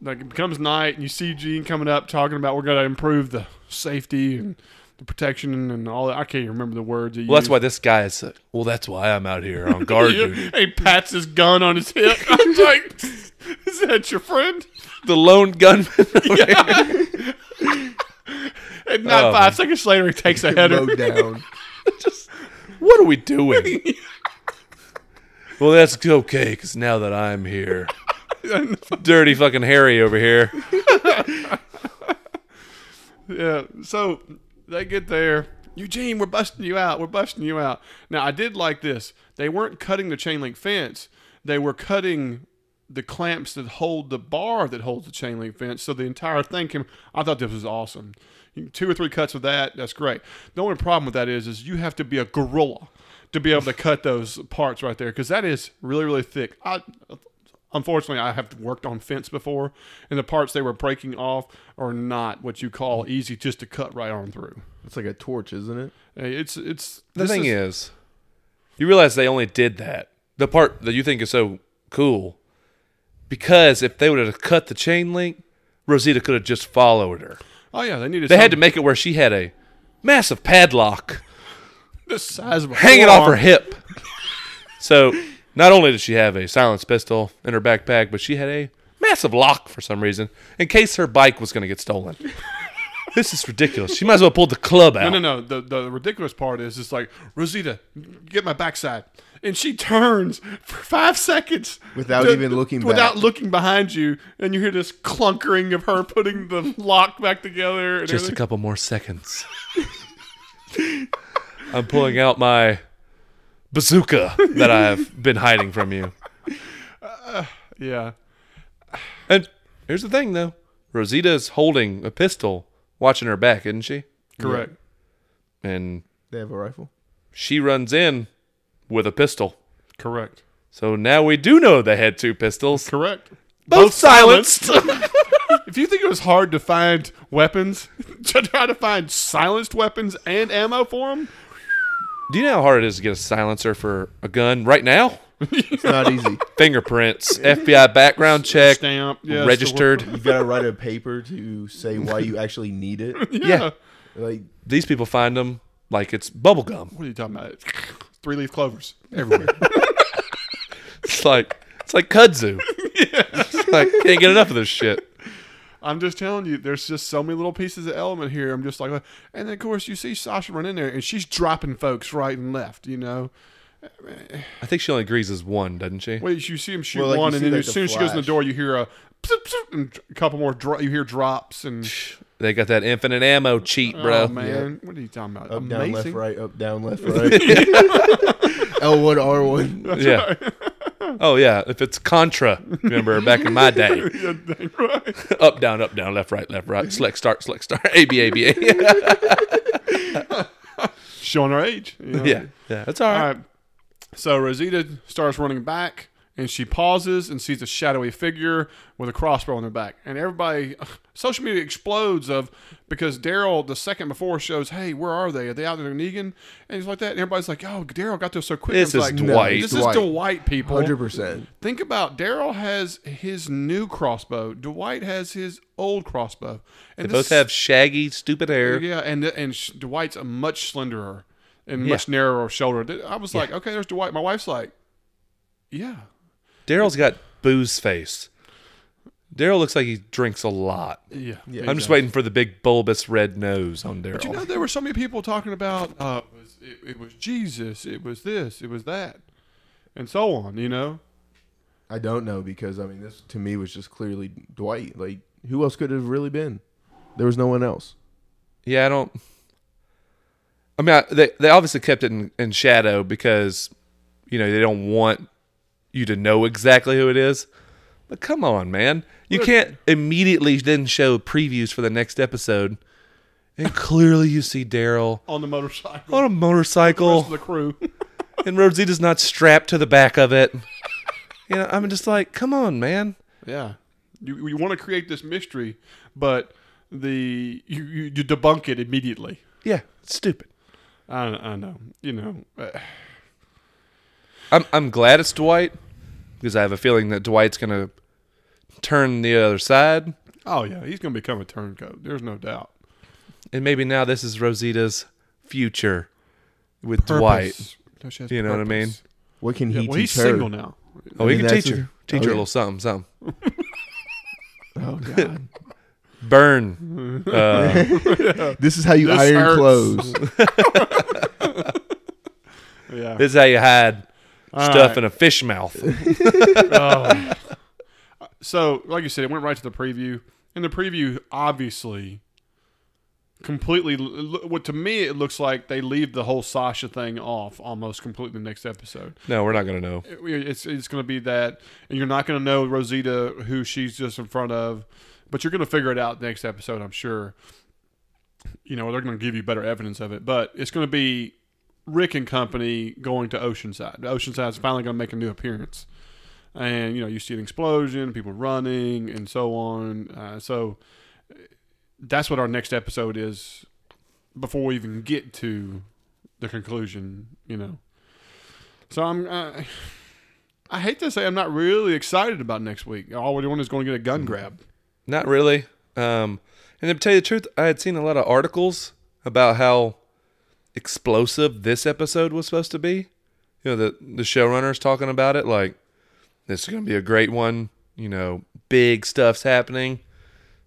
Speaker 1: like it becomes night, and you see Gene coming up talking about we're going to improve the safety and the protection and all that. I can't even remember the words. He
Speaker 2: Well, that's
Speaker 1: used.
Speaker 2: why this guy is. Sick. Well, that's why I'm out here on guard duty.
Speaker 1: He, he pats his gun on his hip. <laughs> I'm like, is that your friend?
Speaker 2: The lone
Speaker 1: <laughs>
Speaker 2: gunman.
Speaker 1: And not
Speaker 2: Oh,
Speaker 1: five seconds later, he
Speaker 2: <laughs>
Speaker 1: takes a header.
Speaker 3: Mowed
Speaker 1: <laughs>
Speaker 3: down.
Speaker 2: what are we doing? well, that's okay, because now that I'm here, dirty fucking Harry over here.
Speaker 1: Yeah. So they get there. Eugene, we're busting you out. We're busting you out. Now I did like this. They weren't cutting the chain link fence. They were cutting the clamps that hold the bar that holds the chain link fence. So the entire thing came. I thought this was awesome. You- Two or three cuts of that. That's great. The only problem with that is, is you have to be a gorilla to be able to cut those parts right there because that is really really thick. I unfortunately I have worked on fence before, and the parts they were breaking off are not what you call easy just to cut right on through.
Speaker 3: It's like a torch, isn't it?
Speaker 1: Hey, It's it's
Speaker 2: The thing is, you realize they only did that. The part that you think is so cool, because if they would have cut the chain link, Rosita could have just followed her.
Speaker 1: oh yeah they needed
Speaker 2: They had to
Speaker 1: something
Speaker 2: make it where she had a massive padlock
Speaker 1: the size of a
Speaker 2: hanging off her
Speaker 1: forearm.
Speaker 2: hip. So not only did she have a silenced pistol in her backpack, but she had a massive lock for some reason in case her bike was going to get stolen. <laughs> this is ridiculous. She might as well pull the club out.
Speaker 1: No, no, no. The the ridiculous part is it's like Rosita, get my backside, and she turns for five seconds
Speaker 3: Without even looking back.
Speaker 1: without looking behind you, and you hear this clunkering of her putting the <laughs> lock back together. And
Speaker 2: Just a
Speaker 1: everything.
Speaker 2: couple more seconds. I'm pulling out my bazooka that I've been hiding from you.
Speaker 1: yeah,
Speaker 2: And here's the thing, though Rosita's holding a pistol, watching her back, isn't she?
Speaker 1: correct.
Speaker 2: And
Speaker 3: They have a rifle.
Speaker 2: she runs in with a pistol.
Speaker 1: Correct.
Speaker 2: So now we do know they had two pistols,
Speaker 1: Correct.
Speaker 2: both silenced.
Speaker 1: If you think it was hard to find weapons, <laughs> to try to find silenced weapons and ammo for them,
Speaker 2: do you know how hard it is to get a silencer for a gun right now?
Speaker 3: It's not easy.
Speaker 2: Fingerprints, FBI background check,
Speaker 1: stamp, yeah, it's the
Speaker 2: registered.
Speaker 3: You gotta write a paper to say why you actually need it.
Speaker 1: wor- Yeah.
Speaker 2: yeah.
Speaker 3: Like
Speaker 2: these people find them like it's bubblegum.
Speaker 1: What are you talking about? <laughs> Three leaf clovers
Speaker 3: <laughs>
Speaker 1: everywhere.
Speaker 2: It's like it's
Speaker 1: <laughs>
Speaker 2: like kudzu. It's like can't get enough of this shit.
Speaker 1: I'm just telling you, there's just so many little pieces of element here. I'm just like, uh, and then of course you see Sasha run in there, and she's dropping folks right and left. You know,
Speaker 2: I think she only greases one, doesn't she?
Speaker 1: well, you see him shoot
Speaker 3: Well, like, you
Speaker 1: one, and
Speaker 3: see,
Speaker 1: then
Speaker 3: like,
Speaker 1: as
Speaker 3: the
Speaker 1: soon as she goes in the
Speaker 3: flash.
Speaker 1: door, you hear a psip, psip, and a couple more. Dro- you hear drops, and
Speaker 2: They got that infinite ammo cheat, bro.
Speaker 1: oh man, what are you talking about?
Speaker 3: up, down, left,
Speaker 1: Amazing. <laughs>
Speaker 3: right, up, down, left, right. L one, R one.
Speaker 2: yeah. Oh yeah, if it's Contra, remember back in my day. up down, up down, left right, left right, select start, select start, A B A <laughs> B A.
Speaker 1: Showing our age.
Speaker 3: <laughs>
Speaker 1: you know?
Speaker 2: Yeah, yeah, that's all
Speaker 1: All
Speaker 2: right.
Speaker 1: right. So Rosita starts running back, and she pauses and sees a shadowy figure with a crossbow on their back. And everybody, <laughs> social media explodes of because Daryl the second before shows, hey, where are they? Are they out there in Negan? And he's like that. And everybody's like, oh, Daryl got there so quick.
Speaker 2: This
Speaker 1: I was
Speaker 2: is
Speaker 1: like,
Speaker 2: Dwight.
Speaker 1: This
Speaker 3: Dwight.
Speaker 1: is Dwight. People.
Speaker 3: Hundred percent.
Speaker 1: Think about Daryl has his new crossbow. Dwight has his old crossbow. And
Speaker 2: They both have shaggy, stupid hair.
Speaker 1: yeah, and and sh- Dwight's a much slenderer and
Speaker 2: Yeah.
Speaker 1: much narrower shoulder. I was like, okay, there's Dwight. My wife's like, yeah,
Speaker 2: Daryl's got booze face. Daryl looks like he drinks a lot.
Speaker 1: yeah.
Speaker 3: Yeah.
Speaker 2: I'm just waiting for the big bulbous red nose on Daryl.
Speaker 1: Do you know there were so many people talking about uh, it, was, it, it was Jesus, it was this, it was that, and so on. You know,
Speaker 3: I don't know because I mean this to me was just clearly Dwight. Like who else could it have really been? There was no one else.
Speaker 2: Yeah, I don't. I mean, I, they they obviously kept it in, in shadow because, you know, they don't want you to know exactly who it is. But come on, man, you can't immediately then show previews for the next episode, and clearly you see Daryl
Speaker 1: on the motorcycle,
Speaker 2: on a
Speaker 1: rest of
Speaker 2: motorcycle,
Speaker 1: the crew.
Speaker 2: and Rosita's not strapped to the back of it. You know, I'm just like, come on, man.
Speaker 1: yeah, you you want to create this mystery, but the you, you, you debunk it immediately.
Speaker 2: Yeah, it's stupid.
Speaker 1: I, I know, you know. uh,
Speaker 2: I'm I'm glad it's Dwight because I have a feeling that Dwight's gonna turn the other side,
Speaker 1: oh yeah, he's gonna become a turncoat. There's no doubt.
Speaker 2: and maybe now this is Rosita's future with Dwight.
Speaker 1: purpose. No, she has
Speaker 2: You know what I mean?
Speaker 1: purpose.
Speaker 3: What can
Speaker 1: Yeah,
Speaker 3: he
Speaker 1: well, he's
Speaker 3: teach her?
Speaker 1: single now.
Speaker 2: Oh, he
Speaker 3: mean,
Speaker 2: can
Speaker 3: that's
Speaker 2: teach her,
Speaker 3: his-
Speaker 2: teach
Speaker 3: oh,
Speaker 2: her a
Speaker 3: yeah.
Speaker 2: little something, something. <laughs>
Speaker 3: Oh god.
Speaker 2: Burn. Uh,
Speaker 3: this is how you
Speaker 1: This
Speaker 3: iron
Speaker 1: hurts.
Speaker 3: clothes.
Speaker 1: <laughs>
Speaker 3: <laughs>
Speaker 1: Yeah.
Speaker 2: this is how you hide
Speaker 1: All
Speaker 2: stuff
Speaker 1: right.
Speaker 2: in a fish mouth.
Speaker 1: <laughs> Oh. so, like you said, it went right to the preview, and the preview obviously completely l- l- what to me it looks like they leave the whole Sasha thing off almost completely next episode.
Speaker 2: No, we're not gonna know.
Speaker 1: It- it's it's going to be that, and you're not going to know Rosita who she's just in front of, but you're going to figure it out next episode, I'm sure. You know they're going to give you better evidence of it, but it's going to be Rick and company going to Oceanside. Oceanside's finally going to make a new appearance, and you know you see an explosion, people running, and so on. Uh, so uh, that's what our next episode is. Before we even get to the conclusion, you know. So I'm. Uh, I hate to say I'm not really excited about next week. All we're doing is going to get a gun grab.
Speaker 2: Not really. Um, and to tell you the truth, I had seen a lot of articles about how explosive this episode was supposed to be. You know, the the showrunners talking about it like this is going to be a great one. You know, big stuff's happening.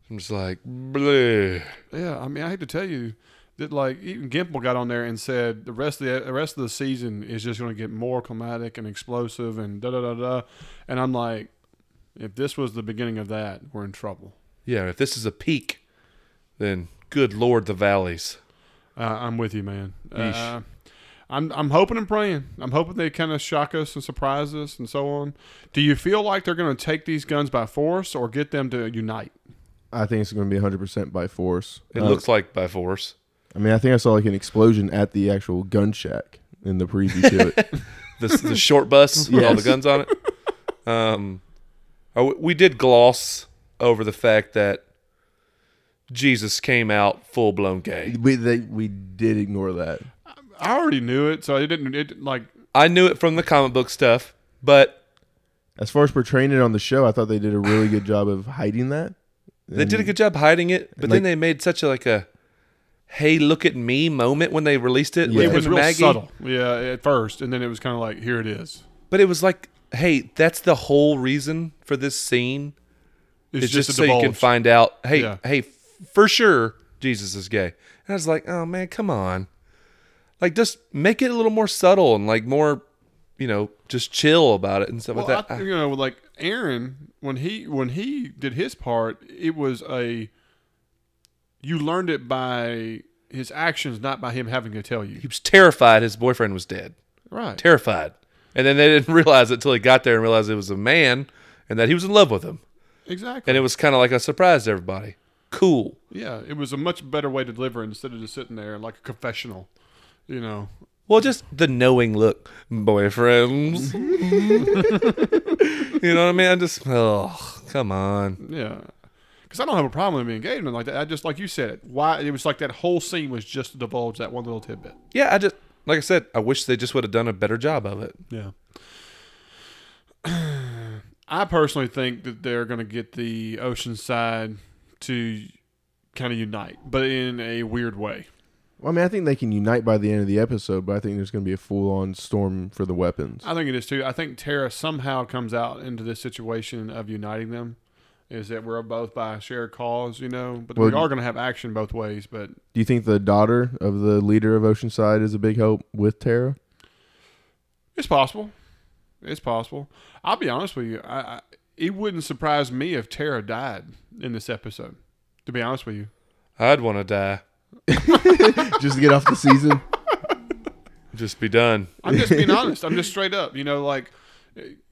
Speaker 2: I'm just like, bleh.
Speaker 1: Yeah, I mean, I hate to tell you that like even Gimple got on there and said the rest of the, the rest of the season is just going to get more climatic and explosive and da da da da, and I'm like, if this was the beginning of that, we're in trouble.
Speaker 2: Yeah, if this is a peak, then good lord, the valleys.
Speaker 1: Uh, I'm with you, man.
Speaker 2: Yeesh.
Speaker 1: Uh, I'm I'm hoping and praying. I'm hoping they kind of shock us and surprise us and so on. Do you feel like they're going to take these guns by force or get them to unite?
Speaker 3: I think it's going to be 100% by force.
Speaker 2: It
Speaker 3: Uh,
Speaker 2: looks like by force.
Speaker 3: I mean, I think I saw like an explosion at the actual gun shack in the preview
Speaker 1: <laughs>
Speaker 3: to it.
Speaker 2: the, the short
Speaker 3: <laughs>
Speaker 2: bus with all the guns on it. Um, I- we did gloss over the fact that Jesus came out full blown gay.
Speaker 3: We they, we did ignore that.
Speaker 1: I already knew it, so it didn't. It like
Speaker 2: I knew it from the comic book stuff, but
Speaker 3: As far as portraying it on the show, I thought they did a really good job of hiding that.
Speaker 2: they did a good job hiding it. But then
Speaker 3: like-
Speaker 2: they made such a like a hey look at me moment when they released it. with
Speaker 3: Yeah.
Speaker 1: it
Speaker 2: him
Speaker 1: was
Speaker 2: and
Speaker 1: real
Speaker 2: Maggie.
Speaker 1: subtle. Yeah, at first, and then it was kind of like here it is.
Speaker 2: But it was like hey that's the whole reason for this scene.
Speaker 1: It's,
Speaker 2: It's just,
Speaker 1: a
Speaker 2: so you can
Speaker 1: divulge.
Speaker 2: find out. Hey,
Speaker 1: Yeah.
Speaker 2: hey, for sure, Jesus is gay. And I was like, oh man, come on, like just make it a little more subtle and like more, you know, just chill about it and stuff
Speaker 1: Well,
Speaker 2: like that. Ah,
Speaker 1: I, you know, like Aaron, when he when he did his part, it was a you learned it by his actions, not by him having to tell you.
Speaker 2: he was terrified his boyfriend was dead,
Speaker 1: Right.
Speaker 2: terrified, and then they didn't <laughs> realize it till he got there and realized it was a man and that he was in love with him,
Speaker 1: Exactly.
Speaker 2: and it was kind of like a surprise to everybody. Cool.
Speaker 1: yeah, it was a much better way to deliver it instead of just sitting there like a confessional. You know,
Speaker 2: Well, just the knowing look, boyfriends. <laughs> you know what I mean? I just, oh, come on.
Speaker 1: yeah. Because I don't have a problem with being gay or nothing like that. I just like you said it. Why it was like that whole scene was just to divulge that one little tidbit.
Speaker 2: yeah, I just like I said, I wish they just would have done a better job of it.
Speaker 1: Yeah. <clears throat> I personally think that they're going to get the Oceanside to kind of unite, but in a weird way.
Speaker 3: Well, I mean, I think they can unite by the end of the episode, but I think there's going to be a full-on storm for the weapons.
Speaker 1: I think it is too. I think Tara somehow comes out into this situation of uniting them. Is that we're both by a shared cause, you know? But we
Speaker 3: Well,
Speaker 1: are going to have action both ways. But
Speaker 3: Do you think the daughter of the leader of Oceanside is a big help with Tara?
Speaker 1: it's possible. It's possible. I'll be honest with you. I, I it wouldn't surprise me if Tara died in this episode. To be honest with you.
Speaker 2: I'd want to die,
Speaker 3: Just to get off the season.
Speaker 2: just be done.
Speaker 1: I'm just being honest. I'm just straight up. You know, like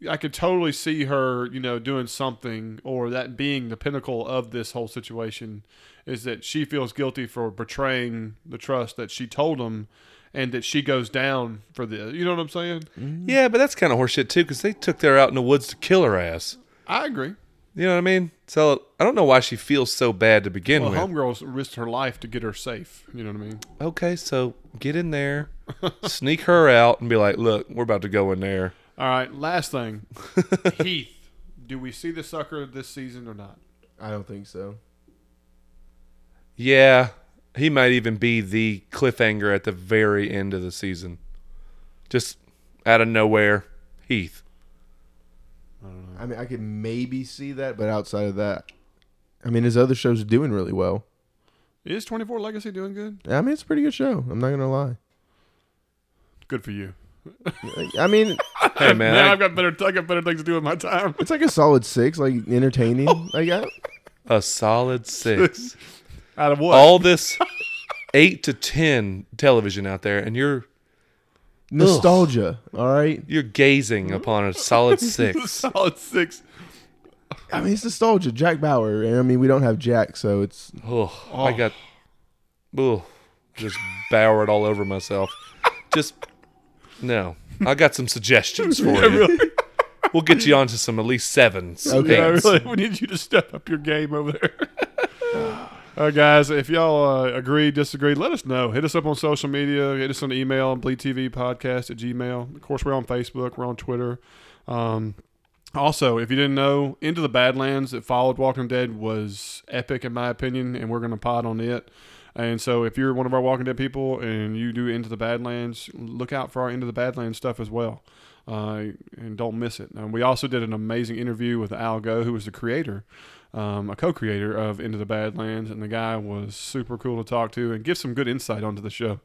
Speaker 1: I could totally see her, you know, doing something or that being the pinnacle of this whole situation is that she feels guilty for betraying the trust that she told him and that she goes down for the you know what I'm saying?
Speaker 2: Yeah, but that's kind of horseshit too, because they took her out in the woods to kill her ass.
Speaker 1: I agree.
Speaker 2: You know what I mean? So I don't know why she feels so bad to begin
Speaker 1: Well,
Speaker 2: with.
Speaker 1: homegirls risked her life to get her safe. You know what I mean?
Speaker 2: Okay, so get in there, <laughs> sneak her out, and be like, "Look, we're about to go in there."
Speaker 1: All right, last thing. Heath, do we see the sucker this season or not?
Speaker 3: I don't think so.
Speaker 2: Yeah, he might even be the cliffhanger at the very end of the season, just out of nowhere. Heath,
Speaker 3: I mean, I could maybe see that, but outside of that, I mean, his other shows are doing really well.
Speaker 1: Is 24 Legacy doing good?
Speaker 3: I mean, it's a pretty good show. I'm not gonna lie.
Speaker 1: Good for you.
Speaker 3: I mean,
Speaker 1: <laughs>
Speaker 2: hey man,
Speaker 1: now
Speaker 2: I-
Speaker 1: I've got better I got better things to do with my time. <laughs>
Speaker 3: it's like a solid six, like entertaining. Like, I,
Speaker 2: A solid
Speaker 1: <laughs>
Speaker 2: six.
Speaker 1: Out of what?
Speaker 2: All this eight to ten television out there, and you're
Speaker 3: nostalgia. All right.
Speaker 2: you're gazing upon a solid six.
Speaker 1: solid six.
Speaker 3: I mean, it's nostalgia. Jack Bauer, and I mean, we don't have Jack, so it's
Speaker 2: Oh, I got, oh, just bowered all over myself. Just no. I got some suggestions for you.
Speaker 1: <laughs>
Speaker 2: We'll get you onto some at least seven.
Speaker 3: Okay.
Speaker 1: Yeah,
Speaker 2: eights.
Speaker 1: really, <laughs> we need you to step up your game over there. <laughs> All right, guys, if y'all uh, agree, disagree, let us know. Hit us up on social media. Hit us on email, bleedtvpodcast at gmail. Of course, we're on Facebook. We're on Twitter. Um, also, if you didn't know, Into the Badlands that followed Walking Dead was epic, in my opinion, and we're going to pod on it. And so, if you're one of our Walking Dead people and you do Into the Badlands, look out for our Into the Badlands stuff as well. Uh, and don't miss it. And we also did an amazing interview with Al Go, who was the creator, um, a co creator of Into the Badlands. And the guy was super cool to talk to and give some good insight onto the show.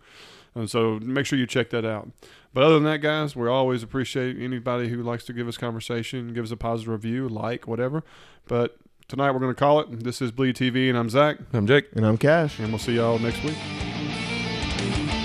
Speaker 1: And so make sure you check that out. But other than that, guys, we always appreciate anybody who likes to give us conversation, give us a positive review, like, whatever. But tonight we're going to call it. This is Bleed TV, and I'm Zach,
Speaker 2: I'm Jake.
Speaker 3: And I'm Cash.
Speaker 1: and we'll see y'all next week.